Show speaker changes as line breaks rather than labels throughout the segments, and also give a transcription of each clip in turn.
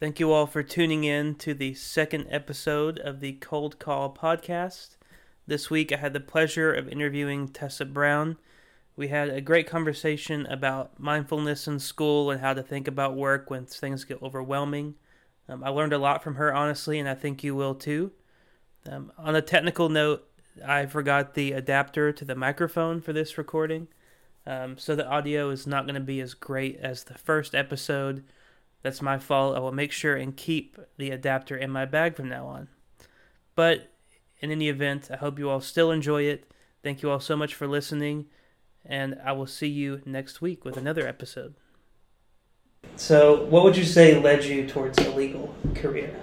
Thank you all for tuning in to the second episode of the Cold Call podcast. This week I had the pleasure of interviewing Tessa Brown. We had a great conversation about mindfulness in school and how to think about work when things get overwhelming. Um, I learned a lot from her, honestly, and I think you will too. Um, on a technical note, I forgot the adapter to the microphone for this recording, um, so the audio is not going to be as great as the first episode. That's my fault. I will make sure and keep the adapter in my bag from now on. But in any event, I hope you all still enjoy it. Thank you all so much for listening, and I will see you next week with another episode. So, what would you say led you towards a legal career?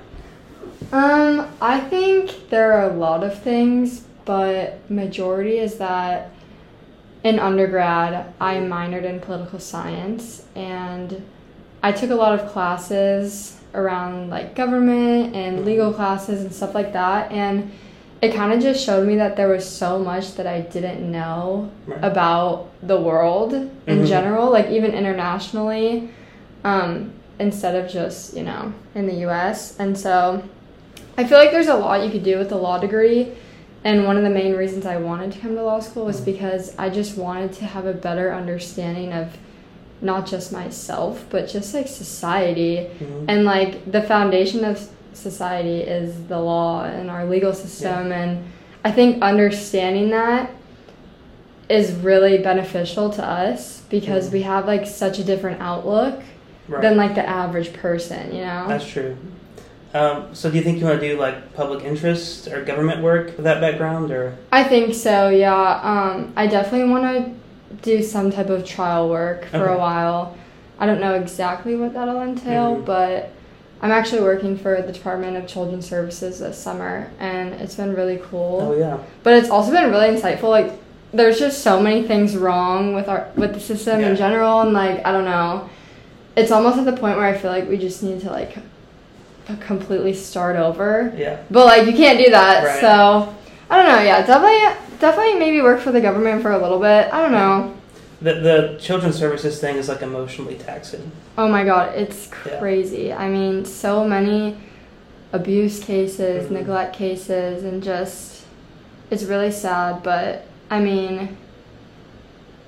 Um, I think there are a lot of things, but majority is that in undergrad I minored in political science and I took a lot of classes around like government and legal classes and stuff like that and it kind of just showed me that there was so much that I didn't know
Right.
about the world in
Mhm.
general, like even internationally, um, instead of just, you know, in the US. And so I feel like there's a lot you could do with a law degree. And one of the main reasons I wanted to come to law school was because I just wanted to have a better understanding of not just myself, but just like society.
Mm-hmm.
And like the foundation of society is the law and our legal system. And I think understanding that is really beneficial to us because we have like such a different outlook
Mm-hmm. Right.
than like the average person, you know?
That's true. Um, so, do you think you want to do like public interest or government work with that background, or
I think so, yeah. Um, I definitely want to do some type of trial work for a
Okay.
while. I don't know exactly what that'll entail,
Mhm.
but I'm actually working for the Department of Children's Services this summer, and it's been really cool.
oh yeah,
But it's also been really insightful. Like, there's just so many things wrong with our with the system
Yeah.
in general, and like I don't know. It's almost at the point where I feel like we just need to like completely start over.
yeah,
But like you can't do that.
Right.
So I don't know. Yeah, definitely, definitely maybe work for the government for a little bit. I don't know.
the the children's services thing is like emotionally taxing.
Oh my god, it's
Yeah.
crazy. I mean, so many abuse cases,
Mhm.
neglect cases, and just it's really sad. But I mean.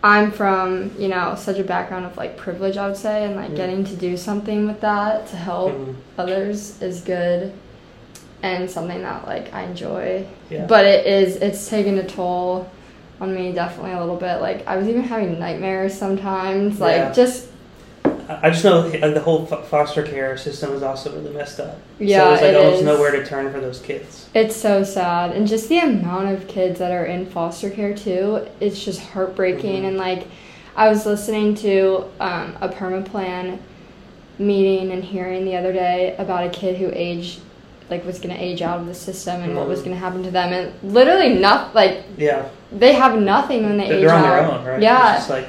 I'm from, you know, such a background of like privilege, I would say, and like
Yeah.
getting to do something with that to help
Mhm.
others is good and something that like I enjoy.
Yeah.
But it is it's taken a toll on me definitely a little bit. Like I was even having nightmares sometimes. Like
Yeah.
just
I I just know like, the whole fo- foster care system is also really messed up. so
Yeah,
there's like
it
almost
is.
nowhere to turn for those kids.
it's so sad and just the amount of kids that are in foster care too, it's just heartbreaking
Mhm.
and like I was listening to um, a permaplan meeting and hearing the other day about a kid who aged like was gonna age out of the system and what was
Mhm.
gonna happen to them and literally not like
Yeah,
they have nothing when they
they're,
age
they're on
out.
their own, right?
Yeah,
It's just like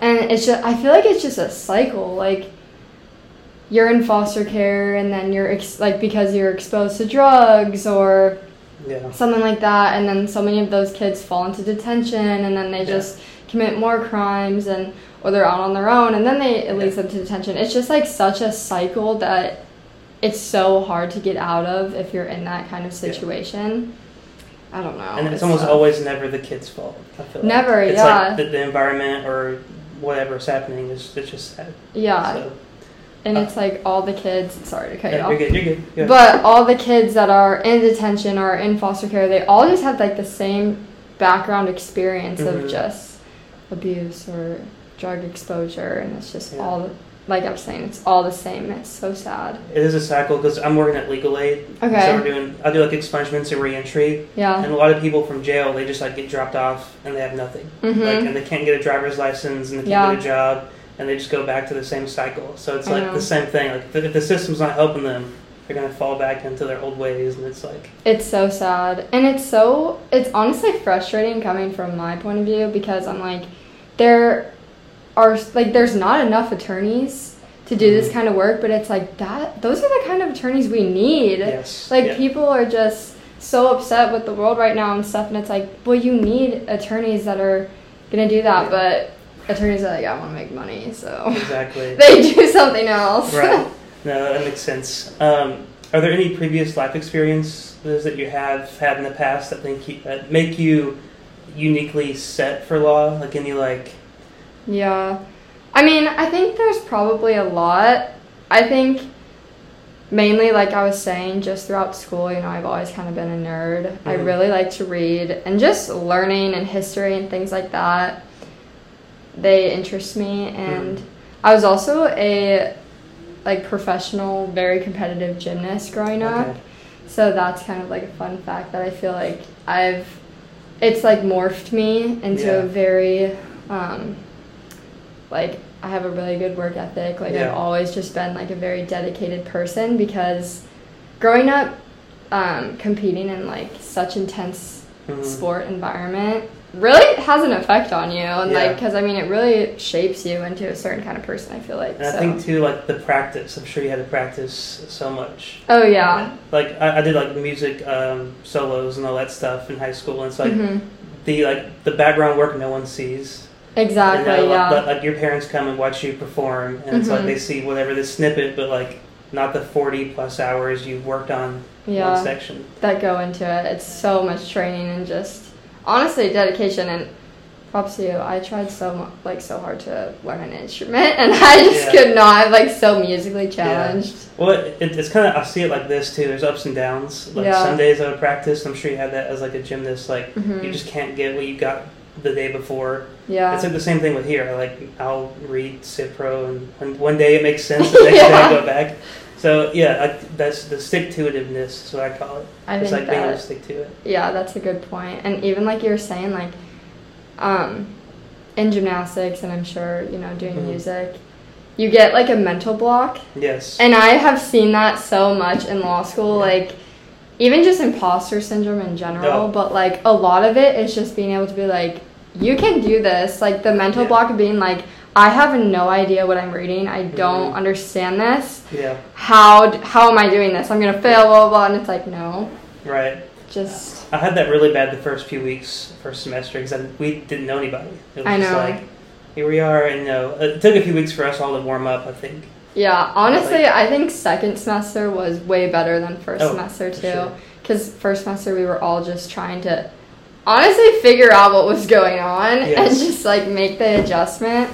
and it's just I feel like it's just a cycle. Like you're in foster care, and then you're ex- like because you're exposed to drugs or
yeah,
something like that, and then so many of those kids fall into detention, and then they
Yeah.
just commit more crimes, and or they're out on their own, and then they it leads them to detention. It's just like such a cycle that it's so hard to get out of if you're in that kind of situation. I don't know.
and it's, almost
tough.
always never the kid's fault. I feel like.
Never,
It's
yeah.
like the, the environment or whatever's happening is it's just sad.
yeah.
So,
And
Uh,
it's like all the kids. Sorry to cut you
yeah,
off.
you're good. You're good. Yeah.
But all the kids that are in detention or in foster care, they all just have like the same background experience
Mhm.
of just abuse or drug exposure, and it's just
Yeah.
all like I'm saying, it's all the same. It's so sad.
It is a cycle because I'm working at legal aid.
Okay.
So we're doing. I do like expungements and reentry,
Yeah.
and a lot of people from jail they just like get dropped off and they have nothing.
Mhm.
Like, and they can't get a driver's license and they can't get a job, and they just go back to the same cycle. So it's
I
like
know.
the same thing. Like if the, if the system's not helping them, they're gonna fall back into their old ways, and it's like
It's so sad. And it's so, it's honestly frustrating coming from my point of view because I'm like, there are, like, there's not enough attorneys to do this
Mhm.
kind of work, but it's like that, those are the kind of attorneys we need.
yes,
Like,
yeah.
people are just so upset with the world right now and stuff, and it's like, well, you need attorneys that are gonna do
Yeah.
that, but attorneys are like, I wanna make money, so
exactly
they do something else.
right. And No, that makes sense. Um, are there any previous life experiences that you have had in the past that think you, that make you uniquely set for law? Like any like
Yeah. I mean, I think there's probably a lot. I think mainly, like I was saying, just throughout school, you know, I've always kind of been a nerd. I
Mhm.
really like to read and just learning and history and things like that. They interest me. And I was also a like professional, very competitive gymnast growing up.
Okay.
So that's kind of like a fun fact that I feel like I've it's like morphed me into
Yeah.
a very um like I have a really good work ethic. Like
Yeah.
I've always just been like a very dedicated person because growing up um competing in like such intense
mhm.
sport environment really has an effect on you and
Yeah.
like because i mean it really shapes you into a certain kind of person i feel like
And
so.
I think too, like the practice. I'm sure you had to practice so much.
oh yeah
Like I, I did like music um, solos and all that stuff in high school, and it's like
Mhm.
the like the background work no one sees.
exactly
You know,
Ah, yeah
like, like your parents come and watch you perform, and it's like
Mhm.
they see whatever the snippet, but like not the 40 plus hours you've worked on
yeah
one section.
that go into it. It's so much training and just honestly dedication and props to you. I tried so mu- like so hard to learn an instrument and I just
Yeah.
could not. I'm like so musically challenged.
Well, it, it's kind of I see it like this too. There's ups and downs. Like
Yeah.
some days I would practice. I'm sure you had that as like a gymnast. Like
Mhm.
you just can't get what you got the day before.
Yeah.
It's like the same thing with here. Like I'll read Cipro, and one, one day it makes sense. The next day I
Yeah.
go back. So yeah, I, that's the stick to itiveness. Is what I call it.
I
it's
think
like being able to
that
stick to it.
yeah, that's a good point. And even like you were saying like um in gymnastics and I'm sure, you know, doing
Mhm.
music, you get like a mental block
Yes.
And I have seen that so much in law school,
Yeah.
like even just imposter syndrome in general,
Yeah.
but like a lot of it is just being able to be like, you can do this. Like the mental
Yeah.
block of being like, I have no idea what I'm reading. I don't
Mhm.
understand this.
yeah.
How d- how am I doing this? I'm gonna fail. Blah blah. blah. And it's like no,
Right.
just
I had that really bad the first few weeks, first semester, because we didn't know anybody. It was
I
just
know.
like, here we are, and you know, it took a few weeks for us all to warm up, I think.
yeah. Honestly,
Like-
I think second semester was way better than first
Oh,
semester
for
too.
sure.
because first semester we were all just trying to honestly figure out what was going on
Yes.
and just like make the adjustment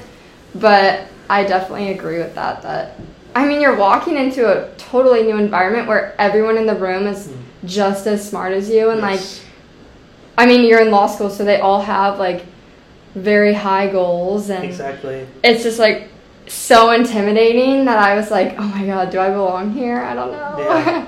but i definitely agree with that that i mean you're walking into a totally new environment where everyone in the room is
Mm.
just as smart as you and
Yes.
like i mean you're in law school so they all have like very high goals and
exactly.
it's just like so intimidating that i was like oh my god do i belong here i don't know
Yeah.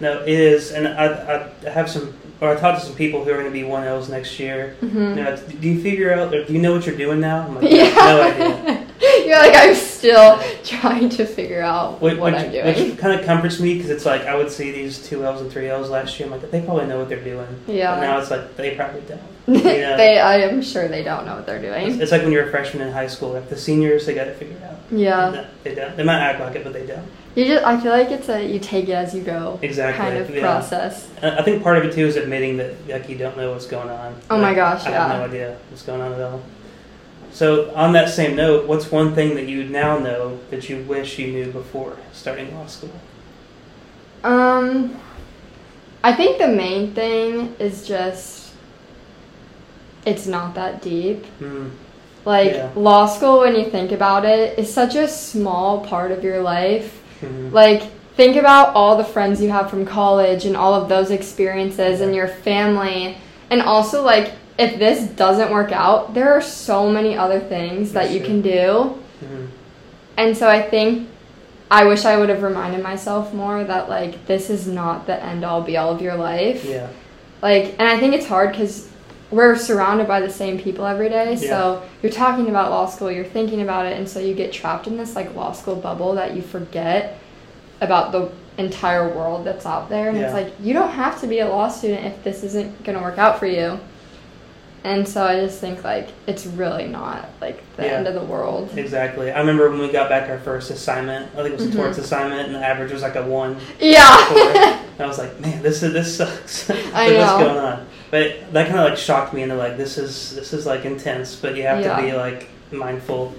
No, it is, and I, I have some, or I talked to some people who are going to be one Ls next year.
Mhm.
You know, do you figure out, or do you know what you're doing now? I'm like,
Yeah.
no idea.
You're like, I'm still trying to figure out
Which,
what
which,
I'm doing.
which kind of comforts me because it's like I would see these two L's and three L's last year. I'm like, they probably know what they're doing. But
yeah.
now it's like they probably don't. You know?
they, I am sure they don't know what they're
It's,
doing.
it's like when you're a freshman in high school. Like the seniors, they got it figured out.
Yeah.
No, they don't. They might act like it, but they don't.
You just, I feel like it's a you take it as you go
Exactly.
kind of
yeah.
process.
I I think part of it too is admitting that like you don't know what's going on.
Oh my gosh,
I
yeah.
have no idea what's going on at all. So on that same note, what's one thing that you now know that you wish you knew before starting law school?
Um, I think the main thing is just it's not that deep.
Mm,
Like
Yeah.
law school, when you think about it, is such a small part of your life.
mhm.
Like, think about all the friends you have from college and all of those experiences and your family. And also, like, if this doesn't work out, there are so many other things that you
Sure.
can do.
Mhm.
And so, I think I wish I would have reminded myself more that, like, this is not the end all be all of your life.
Yeah.
Like, and I think it's hard because we're surrounded by the same people every day. So, you're talking about law school, you're thinking about it. And so, you get trapped in this, like, law school bubble that you forget about the entire world that's out there. And it's
Yeah.
like, you don't have to be a law student if this isn't going to work out for you. And so, I just think, like, it's really not, like, the
Yeah.
end of the world.
Exactly. I remember when we got back our first assignment. I think it was
Mhm.
a torts assignment, and the average was like a one.
Yeah.
before. And I was like, man, this is this sucks. like,
I know.
What's going on? But that kind of like shocked me into like this is this is like intense, but you have
Yeah.
to be like mindful.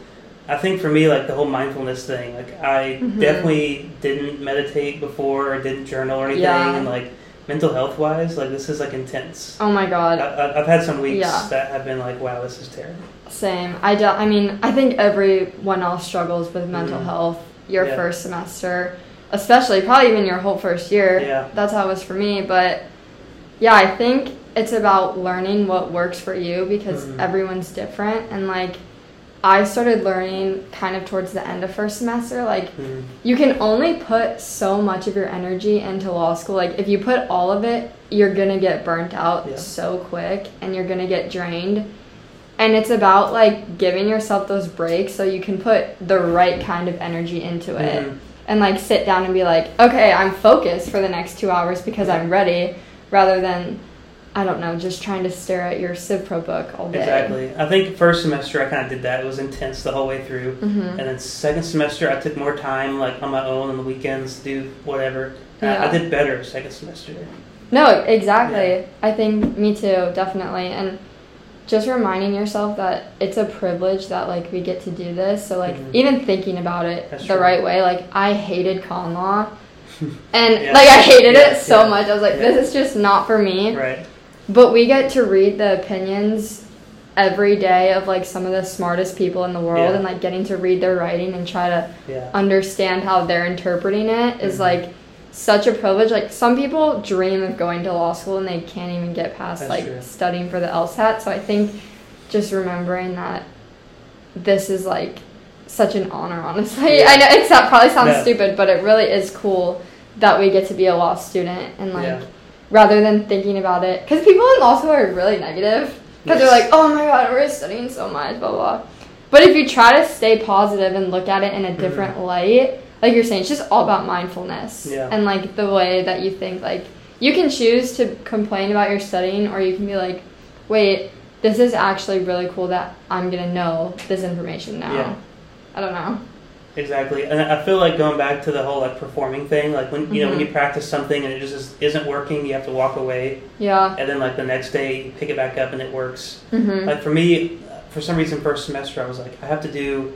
I think for me, like the whole mindfulness thing, like I
Mhm.
definitely didn't meditate before or didn't journal or anything,
Yeah.
and like mental health wise, like this is like intense.
Oh my
I,
god.
I, I've had some weeks
Yeah.
that have been like, wow, this is terrible.
Same. I do, I mean, I think everyone else struggles with mental
Mhm.
health your
Yeah.
first semester, especially probably even your whole first year.
Yeah.
That's how it was for me, but yeah, I think it's about learning what works for you because
Mhm.
everyone's different and like I started learning kind of towards the end of first semester like
Mm.
you can only put so much of your energy into law school. Like if you put all of it, you're gonna get burnt out
Yeah.
so quick and you're gonna get drained. And it's about like giving yourself those breaks so you can put the right kind of energy into it
Mhm.
and like sit down and be like, okay, I'm focused for the next two hours because I'm ready rather than I don't know, just trying to stare at your Civ Pro book all day.
Exactly. I think first semester I kind of did that. It was intense the whole way through.
hmm
And then second semester, I took more time, like on my own on the weekends, to do whatever. And I- I
Yeah.
did better second semester.
No, exactly.
Yeah.
I think me too, definitely. And just reminding yourself that it's a privilege that like we get to do this. So like
Mhm.
even thinking about it
That's
the
true.
right way, like I hated con law. And
Yeah.
like I hated
Yeah,
it so
yeah,
much. I was like,
yeah.
this is just not for me.
Right.
But we get to read the opinions every day of like some of the smartest people in the world
Yeah.
and like getting to read their writing and try to
Yeah.
understand how they're interpreting it is,
Mhm.
like such a privilege. Like some people dream of going to law school and they can't even get past
That's
like
true.
studying for the LSAT. So I think just remembering that this is like such an honor, honestly.
Yeah.
I know it's that probably sounds
No.
stupid, but it really is cool that we get to be a law student and like
Yeah.
rather than thinking about it because people in law school are really negative because they're
Yes.
like, oh my god, we're studying so much, blah blah. blah." But if you try to stay positive and look at it in a different light, like you're saying, it's just all about mindfulness
Mm-hmm. Yeah.
and like the way that you think. Like you can choose to complain about your studying, or you can be like, wait, this is actually really cool that I'm gonna know this information now.
Yeah.
I don't know.
Exactly. And I feel like going back to the whole like performing thing, like when you know when you
Mhm.
practice something and it just is- isn't working, you have to walk away,
Yeah.
and then like the next day you pick it back up and it works.
Mhm.
Like for me, for some reason, first semester I was like, I have to do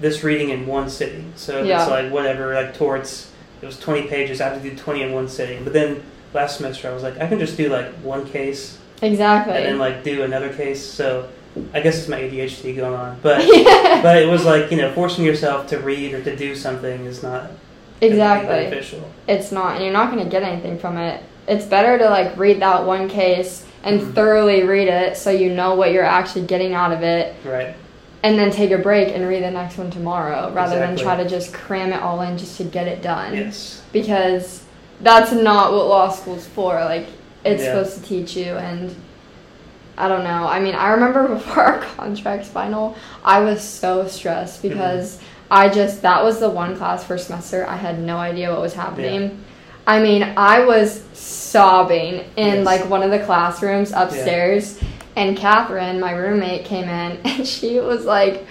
this reading in one sitting. So if
Yeah.
it's like whatever, like towards it was twenty pages, I have to do twenty in one sitting. But then last semester I was like, I can just do like one case
exactly.
and then like do another case. So I guess it's my ADHD going on, but.
yeah.
But it was like you know, forcing yourself to read or to do something is not
Exactly.
beneficial.
it's not and you're not going to get anything from it it's better to like read that one case and
Mhm.
thoroughly read it so you know what you're actually getting out of it
Right.
and then take a break and read the next one tomorrow rather
Exactly.
than try to just cram it all in just to get it done
Yes.
because that's not what law school's for like it's
Yeah.
supposed to teach you and I don't know. I mean, I remember before our contracts final, I was so stressed
Mm-hmm.
because I just that was the one class first semester I had no idea what was happening. I mean, I was sobbing in
Yes.
like one of the classrooms upstairs, and Catherine, my roommate, came in and she was like,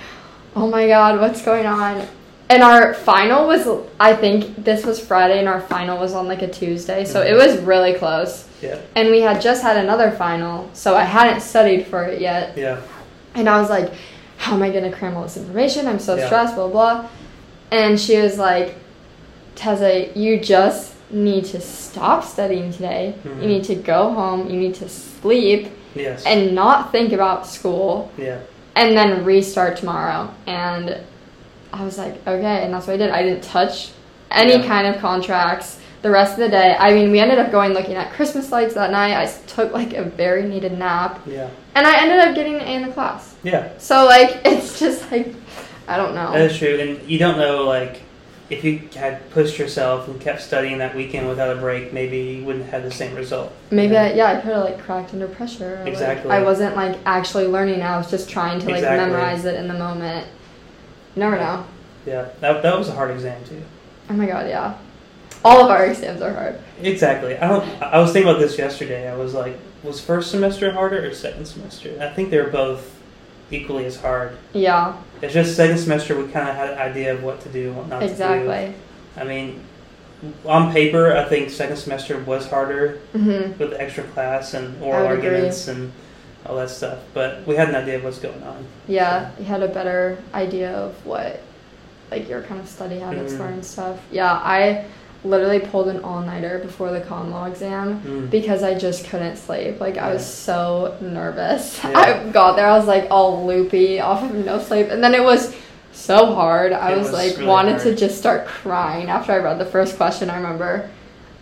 "Oh my God, what's going on?" And our final was, I think this was Friday, and our final was on like a Tuesday, so it was really close.
Yeah.
And we had just had another final, so I hadn't studied for it yet.
Yeah.
And I was like, how am I going to cram all this information? I'm so
Yeah.
stressed, blah, blah. And she was like, Tessa, you just need to stop studying today.
Mhm.
You need to go home. You need to sleep
Yes.
and not think about school
yeah.
and then restart tomorrow. And I was like, okay, and that's what I did. I didn't touch any
Yeah.
kind of contracts the rest of the day. I mean, we ended up going looking at Christmas lights that night. I s- took like a very needed nap,
Yeah.
and I ended up getting an A in the class.
Yeah.
So like, it's just like, I don't know.
That is true. And you don't know like if you had pushed yourself and kept studying that weekend without a break, maybe you wouldn't have the same result.
Maybe
Yeah.
I, yeah, I could have like cracked under pressure. or, like,
Exactly.
I wasn't like actually learning. I was just trying to like
Exactly.
memorize it in the moment. You never know.
Yeah. That that was a hard exam too.
Oh my god, yeah. All of our exams are hard.
Exactly. I don't. I I was thinking about this yesterday. I was like, was first semester harder or second semester? I think they were both equally as hard.
Yeah,
It's just second semester we kind of had an idea of what to do, and what not to do.
exactly.
I mean, on paper, I think second semester was harder
hmm
with the extra class and
I
oral
would agree.
arguments and all that stuff. But we had an idea of what's going on.
Yeah, you had a better idea of what like your kind of study habits
Mhm.
were and stuff. Yeah, I literally pulled an all nighter before the con law exam
Mm.
because I just couldn't sleep. Like I was
Yeah.
so nervous.
Yeah.
I got there, I was like all loopy off of no sleep, and then it was so hard. I
It
was,
was
like
really
wanted to
hard.
just start crying after I read the first question. I remember,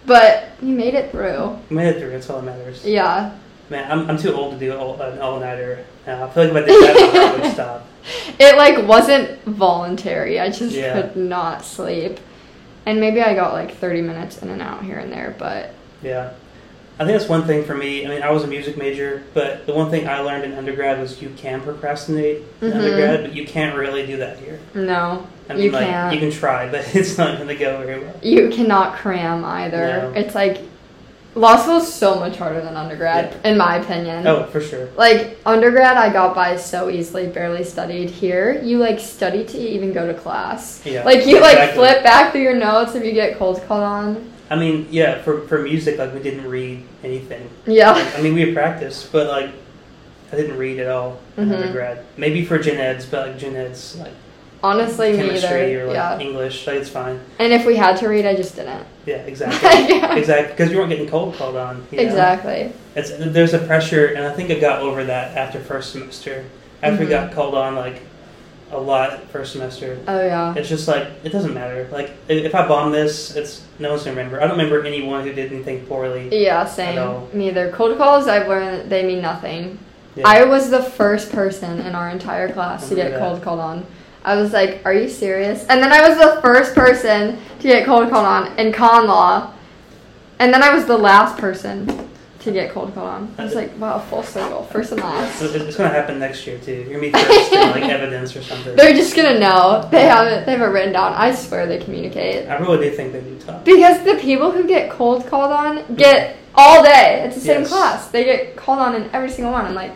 but you made it through.
We made it through. That's all that matters.
Yeah,
Man, I'm, I'm too old to do all, an all nighter now. I feel like if I did that, I would stop.
it like wasn't voluntary. I just
Yeah.
could not sleep, and maybe I got like thirty minutes in and out here and there, but
Yeah. I think that's one thing for me. I mean, I was a music major, but the one thing I learned in undergrad was you can procrastinate in
Mhm.
undergrad, but you can't really do that here.
no,
I
You
like,
can't.
You can try, but it's not going to go very well.
you cannot cram either.
No.
It's like law school is so much harder than undergrad, in my opinion.
Oh, for sure.
Like undergrad, I got by so easily, barely studied. Here, you like study to even go to class.
Yeah.
Like you like
exactly.
flip back through your notes if you get cold called on.
I mean, yeah, for, for music, like, we didn't read anything.
Yeah,
Like, I mean, we practiced, but, like, I didn't read at all in
Mhm.
undergrad. Maybe for gen eds, but, like, gen eds, like,
honestly, me
chemistry
either.
or, like,
yeah,
English, like, it's fine.
and if we had to read, I just didn't.
Yeah, exactly.
Yeah.
exactly. Because you weren't getting cold called on. You know?
Exactly.
It's, there's a pressure, and I think I got over that after first semester. After we
Mhm.
got called on like a lot first semester,
Oh yeah.
it's just like it doesn't matter. Like i- if I bomb this, it's no one's gonna remember. I don't remember anyone who did anything poorly.
Yeah,
know.
same. Me either. Cold calls, I've learned that they mean nothing.
Yeah.
I was the first person in our entire class to
Remember
get
that.
cold called on. I was like, "Are you serious?" And then I was the first person to get cold called on in con law, and then I was the last person to get cold called on. I was like, "Wow, full circle, first and
So
last."
it- it's gonna happen next year too. You're gonna be first in like evidence or something.
They're just gonna know they haven't they have it written down. I swear they communicate
I really do think they do top.
because the people who get cold called on get all day. It's the same
Yes.
class. They get called on in every single one. I'm like,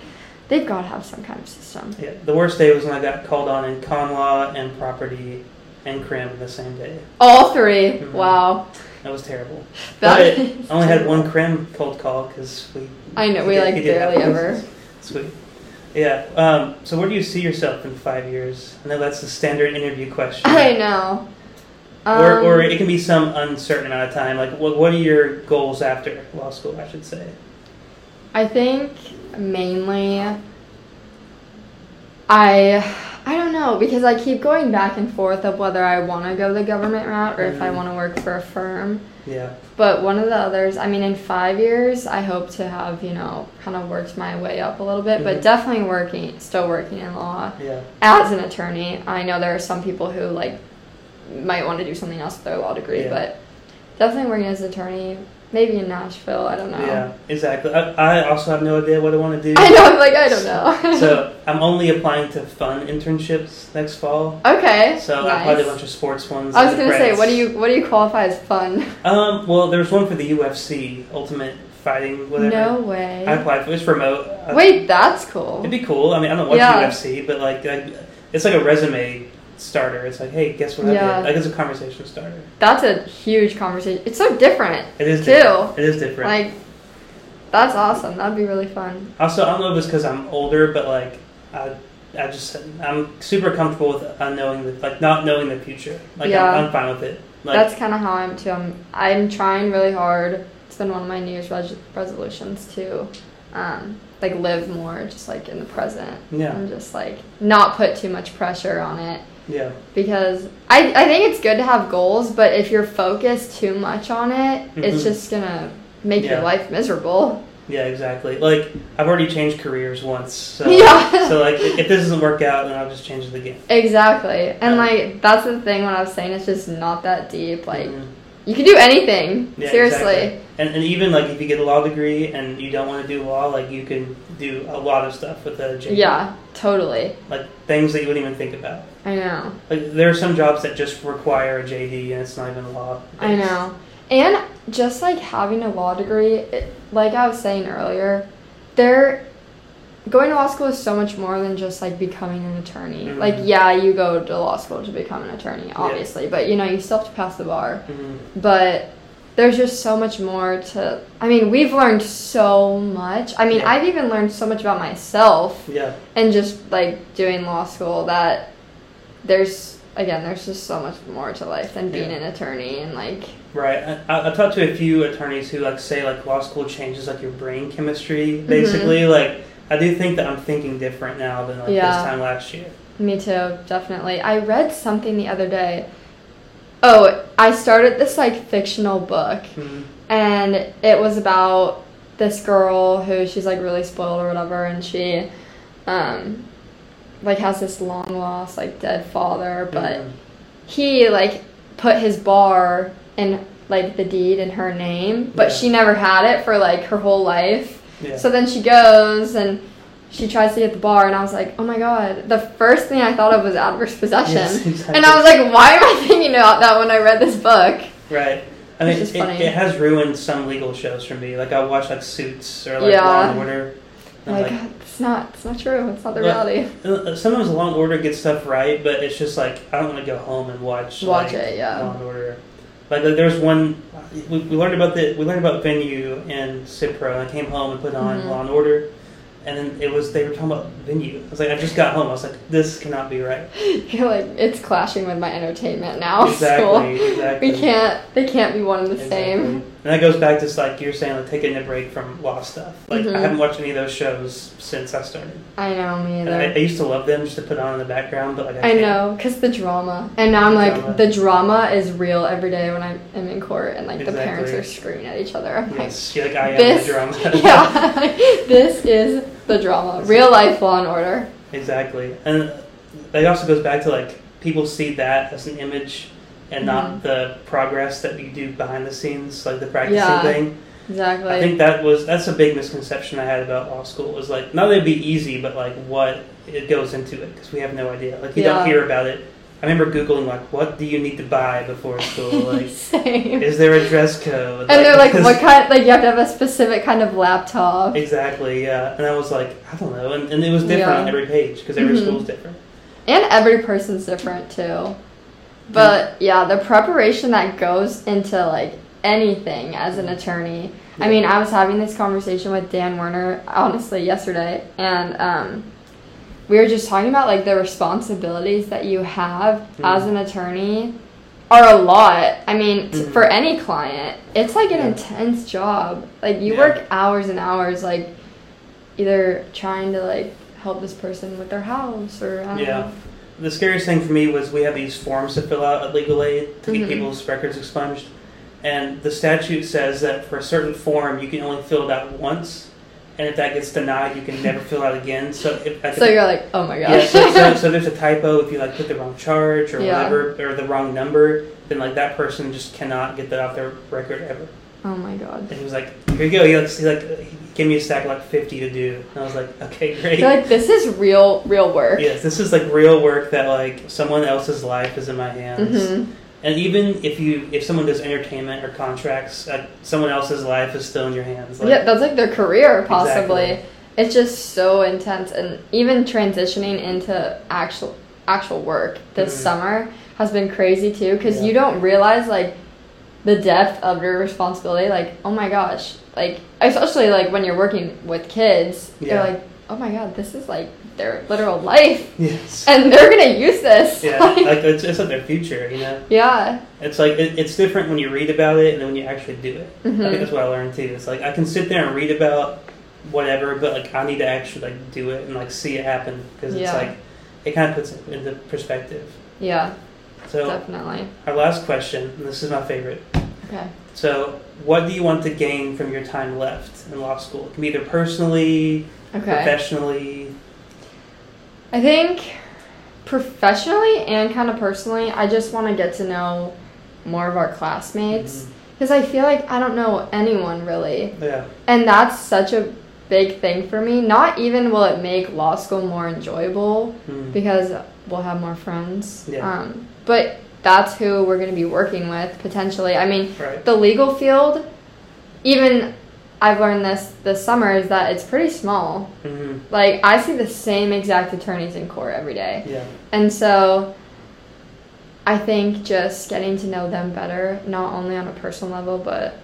they've got to have some kind of system.
Yeah, the worst day was when I got called on in con law and property and crim in the same day.
All 3
Mhm.
Wow.
That was terrible.
That
But
is-
I only had one crim cold call because we.
I know,
he
we,
did-
like,
he did
barely
that.
ever.
Sweet. Yeah. Um, so where do you see yourself in five years? I know that's the standard interview question.
I know.
Or, or
Um,
it can be some uncertain amount of time. Like, what, what are your goals after law school? I should say.
I think mainly I I don't know because I keep going back and forth of whether I want to go the government route or if I
Mhm.
want to work for a firm.
Yeah.
But one of the others, I mean, in five years, I hope to have, you know, kind of worked my way up a little bit, but
Mhm.
definitely working, still working in law
Yeah.
as an attorney. I know there are some people who, like, might want to do something else with their law degree,
Yeah.
but definitely working as an attorney, maybe in Nashville, I don't know.
Yeah. Exactly. I, I also have no idea what I want to do.
I know, I'm like, I don't know.
so I'm only applying to fun internships next fall.
okay.
So I
nice.
applied to a bunch of sports ones.
I was
and
gonna say,
grants.
what do you what do you qualify as fun?
Um, well, there was one for the UFC, Ultimate Fighting, whatever.
No
I
way.
applied for it. was remote. Uh,
Wait, that's cool.
It'd be cool. I mean, I don't watch
Yeah.
UFC, but like, like, it's like a resume starter. It's like, hey, guess what I
Yeah.
did? Like, it's a conversation starter.
That's a huge conversation. It's so different.
It is
Too.
different. It is different.
Like, that's awesome. That'd be really fun.
also, I don't know if it's because I'm older, but like, I, I just, I'm super comfortable with unknowing, the, like, not knowing the future. Like,
Yeah.
I'm, I'm fine with it. Like,
that's kind of how I'm too. I'm, I'm trying really hard. It's been one of my New Year's res- resolutions to, um, like live more, just like in the present,
yeah,
and just like not put too much pressure on it.
yeah,
Because I, I think it's good to have goals, but if you're focused too much on it,
Mhm.
it's just gonna make
Yeah.
your life miserable.
yeah, exactly. Like, I've already changed careers once, so
Yeah.
so like, if this doesn't work out, then I'll just change it again.
Exactly.
Yeah.
And like that's the thing when I was saying it's just not that deep. Like
Mhm.
you can do anything.
Yeah,
Seriously.
exactly. And, and even like if you get a law degree and you don't want to do law, like you can do a lot of stuff with a JD.
Yeah, totally.
Like things that you wouldn't even think about.
I know.
Like there are some jobs that just require a JD and it's not even law.
I know. And just like having a law degree, it, like I was saying earlier, there going to law school is so much more than just like becoming an attorney.
Mhm.
Like yeah, you go to law school to become an attorney, obviously, but you know, you still have to pass the bar.
Mhm.
But there's just so much more to. I mean, we've learned so much. I mean,
Yeah.
I've even learned so much about myself
Yeah.
and just like doing law school that there's again there's just so much more to life than being
Yeah.
an attorney and like
Right. I, I- I've talked to a few attorneys who like say like law school changes like your brain chemistry
Mm-hmm.
basically. Like I do think that I'm thinking different now than like
Yeah.
this time last year.
Me too, definitely. I read something the other day. Oh, I started this like fictional book,
Mhm.
and it was about this girl who she's like really spoiled or whatever, and she, um, like has this long lost like dead father, but
Mhm.
he like put his bar in like the deed in her name, but
Yeah.
she never had it for like her whole life.
yeah.
So then she goes and she tries to get the bar, and I was like, oh my god. The first thing I thought of was adverse possession.
Yes, exactly.
And I was like, why am I thinking about that when I read this book?
right. I
Which
mean,
is
it,
funny.
it has ruined some legal shows for me. Like I watch like Suits or like
Yeah.
Law and Order. And, I'm
like, god, it's not, it's not true. It's not the
But-
reality.
Uh, Sometimes Law and Order gets stuff right, but it's just like I don't want to go home and watch
Watch
like,
it, yeah.
Law and Order. Like like, there's one we, we learned about the we learned about venue and Cipro. And I came home and put on
Mhm.
Law and Order, and then it was they were talking about venue. I was like, I just got home. I was like, this cannot be right.
You're like, it's clashing with my entertainment now. So
exactly, exactly.
we can't, they can't be one and the
Exactly.
same.
And that goes back to like you're saying, like taking a break from law stuff. Like
Mhm.
I haven't watched any of those shows since I started.
I know, me
And
either.
I, I used to love them just to put on in the background, but like I,
I
can't.
know, cause the drama, and now I'm
The
like
drama.
the drama is real every day when I'm, I'm in court, and like the parents
Exactly.
are screaming at each other. I'm like,
Yes, you're like I am
This-
the drama.
yeah, this is the drama. Real life Law and Order.
Exactly, and it also goes back to like people see that as an image and
Mm-hmm.
not the progress that you do behind the scenes, like the practicing
Yeah,
thing.
Exactly.
I think that was that's a big misconception I had about law school was like not that it'd be easy, but like what it goes into it because we have no idea. Like you
Yeah.
don't hear about it. I remember googling like what do you need to buy before school? Like
Same.
is there a dress code?
and they're like, what kind? Like you have to have a specific kind of laptop.
Exactly, yeah. And I was like, I don't know, and, and it was different
Yeah.
on every page because every
Mhm.
school's different.
And every person's different too. But yeah, the preparation that goes into like anything as
Mm.
an attorney. I
Yeah.
mean, I was having this conversation with Dan Werner honestly yesterday, and um, we were just talking about like the responsibilities that you have as
Mhm.
an attorney are a lot. I mean, t-
Mhm.
for any client, it's like an
Yeah.
intense job. Like you
Yeah.
work hours and hours, like either trying to like help this person with their house or I don't
Yeah.
know.
The scariest thing for me was we have these forms to fill out at legal aid to
Mhm.
get people's records expunged, and the statute says that for a certain form you can only fill it out once, and if that gets denied, you can never fill out again. So if I
So
could-
you're like, oh my
yeah,
gosh.
so, so, so there's a typo if you like put the wrong charge or
Yeah.
whatever or the wrong number, then like that person just cannot get that off their record ever.
oh my god.
And he was like, "Here you go." He like, he like he gave me a stack of like fifty to do, and I was like, "Okay, great."
You're like, this is real, real work.
Yes, this is like real work that like someone else's life is in my hands.
hmm
And even if you if someone does entertainment or contracts, uh, someone else's life is still in your hands. Like,
yeah, that's like their career, possibly.
Exactly.
It's just so intense, and even transitioning into actual actual work this
Mhm.
summer has been crazy too, because
Yeah.
you don't realize like the depth of your responsibility. Like, oh my gosh, like especially like when you're working with kids,
Yeah.
you're like, oh my god, this is like their literal life,
Yes.
and they're gonna use this.
yeah, like it's, it's like their future, you know.
yeah.
It's like it, it's different when you read about it and then when you actually do it. I
Mhm.
think that's what I learned too. It's like I can sit there and read about whatever, but like I need to actually like do it and like see it happen because it's
Yeah.
like it kind of puts it into perspective.
Yeah,
So
definitely.
our last question, and this is my favorite.
Okay.
So, what do you want to gain from your time left in law school? It can be either personally,
Okay.
professionally.
I think professionally and kind of personally, I just want to get to know more of our classmates
Mhm.
because I feel like I don't know anyone really.
Mm-hmm. Yeah,
And that's such a big thing for me. Not even will it make law school more enjoyable
Mm.
because we'll have more friends.
Yeah.
Um, but that's who we're going to be working with potentially. I mean,
right.
the legal field, even I've learned this this summer, is that it's pretty small.
hmm
Like I see the same exact attorneys in court every day.
Yeah,
And so I think just getting to know them better, not only on a personal level, but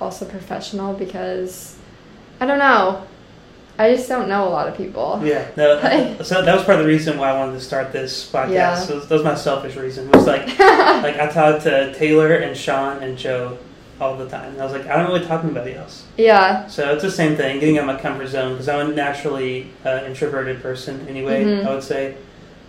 also professional, because I don't know. I just don't know a lot of people.
Yeah, no, so that was part of the reason why I wanted to start this podcast.
Yeah.
So that was my selfish reason. It was like, like I talked to Taylor and Sean and Joe all the time, and I was like, I don't really talk to anybody else.
Yeah.
So it's the same thing, getting out of my comfort zone because I'm a naturally uh, introverted person anyway.
Mhm.
I would say,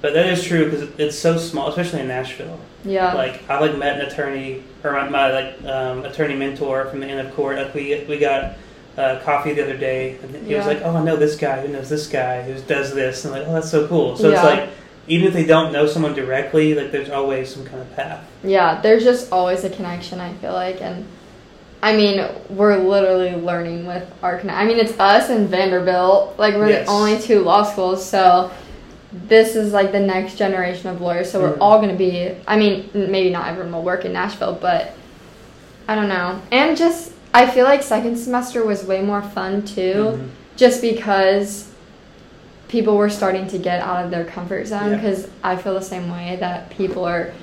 but that is true because it's so small, especially in Nashville.
Yeah.
Like I like met an attorney or my, my like um, attorney mentor from the end of court. Like we we got uh, coffee the other day, and he was
Yeah.
like, "Oh, I know this guy who knows this guy who does this," and I'm like, "Oh, that's so cool." So
Yeah.
it's like even if they don't know someone directly, like there's always some kind of path.
yeah, there's just always a connection, I feel like. And I mean, we're literally learning with our conne- I mean, it's us and Vanderbilt. Like, we're
Yes.
the only two law schools. So this is like the next generation of lawyers. So we're
Mhm.
all going to be, I mean, n- maybe not everyone will work in Nashville, but I don't know. And just, I feel like second semester was way more fun too
Mhm.
just because people were starting to get out of their comfort zone
Yeah.
because i feel the same way that people are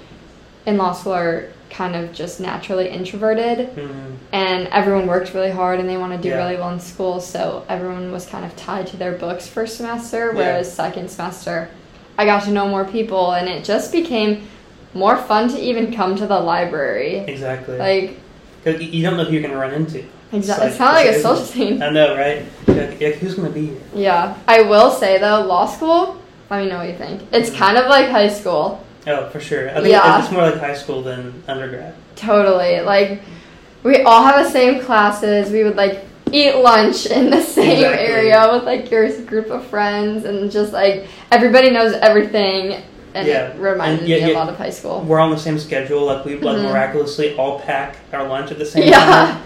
in law school are kind of just naturally introverted
Mhm.
and everyone worked really hard and they want to do
Yeah.
really well in school so everyone was kind of tied to their books first semester
Yeah.
whereas second semester i got to know more people and it just became more fun to even come to the library
Exactly.
like
'Cause you- you don't know who you're gonna run into. It's
exactly
like-
it's kind of like a
it's-
social scene
I know, right? Like, like, who's gonna be here?
Yeah, I will say though, law school. Let me know what you think. It's
Mm-hmm.
kind of like high school,
Oh, for sure. I think
Yeah.
it's more like high school than undergrad.
totally. Like, we all have the same classes. We would like eat lunch in the same
Exactly.
area with like your group of friends, and just like everybody knows everything. And
Yeah,
it reminded
and yet-
me
yet-
a lot of high school.
We're on the same schedule. Like we like
Mhm.
miraculously all pack our lunch at the same
Yeah.
time.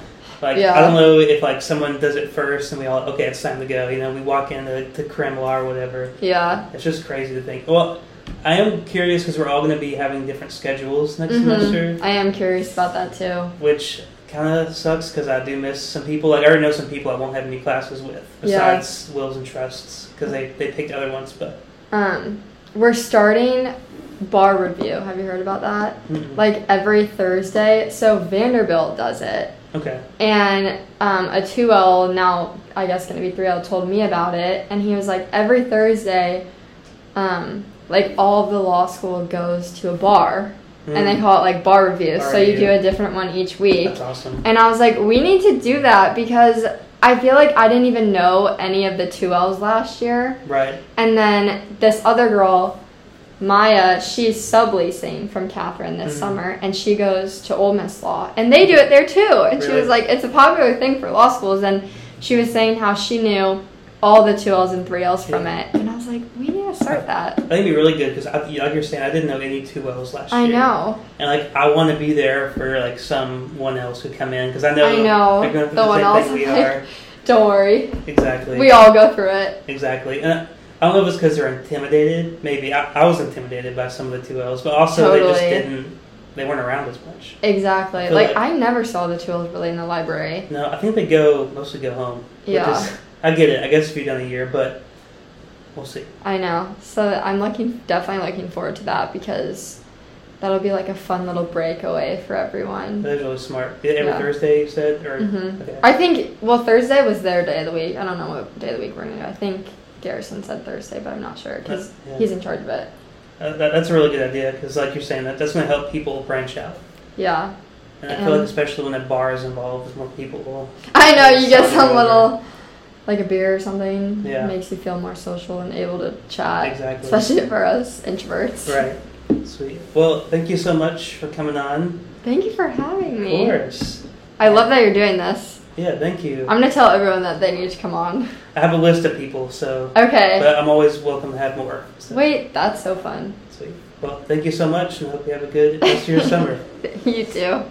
Like
Yeah.
I don't know if like someone does it first and we all okay, it's time to go. You know, we walk into to Kremla or whatever.
Yeah,
It's just crazy to think. Well, I am curious because we're all going to be having different schedules next
Mhm.
semester,
I am curious about that too.
which kind of sucks because I do miss some people. Like I already know some people I won't have any classes with
Yeah.
besides wills and trusts because they they picked other ones, but.
Um, we're starting bar review. Have you heard about that?
mm-mm.
Like every Thursday. So Vanderbilt does it.
okay.
And um, a 2L, now I guess gonna be 3L, told me about it. And he was like, every Thursday, um, like all of the law school goes to a bar. And they
Mm.
call it like bar reviews.
Bar
so you
review.
do a different one each week.
That's awesome.
And I was like, we need to do that because I feel like I didn't even know any of the 2Ls last year.
Right.
And then this other girl, Maya, she's subleasing from Catherine this
Mhm.
summer, and she goes to Ole Miss Law, and they do it there too. And she
Really?
was like, it's a popular thing for law schools, and she was saying how she knew all the two L's and three L's from it, and I was like, we need to start that.
I think it'd be really good because, like you're saying, I didn't know any two L's last
I
year.
know,
And like, I want to be there for like someone else who come in because I know,
I know.
they're going
The
through the,
one
same
else,
thing we
like-
are.
don't worry,
Exactly.
we all go through it.
Exactly. And I don't know if it's because they're intimidated. Maybe I, I was intimidated by some of the two L's, but also they just
Totally.
didn't. They weren't around as much.
Exactly.
I feel
Like
like-
I never saw the two L's really in the library.
No, I think they go mostly go home. which
Yeah.
is- I get it. I guess if you've done a year, but we'll see.
I know. So I'm looking, definitely looking forward to that because that'll be like a fun little breakaway for everyone.
That was really smart. Every
Yeah.
Thursday, you said, or
Mhm.
okay.
I think, well, Thursday was their day of the week. I don't know what day of the week we're going to do. I think Garrison said Thursday, but I'm not sure because
Yeah.
he's in charge of it.
Uh, that, that's a really good idea because, like you're saying, that that's going to help people branch out.
Yeah.
And I feel
Um,
like especially when a bar is involved, there's more people. will-
I know, you get
Something
some
over.
little, like a beer or something.
Yeah.
Makes you feel more social and able to chat.
Exactly.
uh, Especially for us introverts.
Right. Sweet. Well, thank you so much for coming on.
Thank you for having me.
Of course.
I love that you're doing this.
Yeah, thank you.
I'm going to tell everyone that they need to come on.
I have a list of people, so
Okay.
but I'm always welcome to have more. So,
Wait, that's so fun.
Sweet. Well, thank you so much, and I hope you have a good rest of your summer.
You too.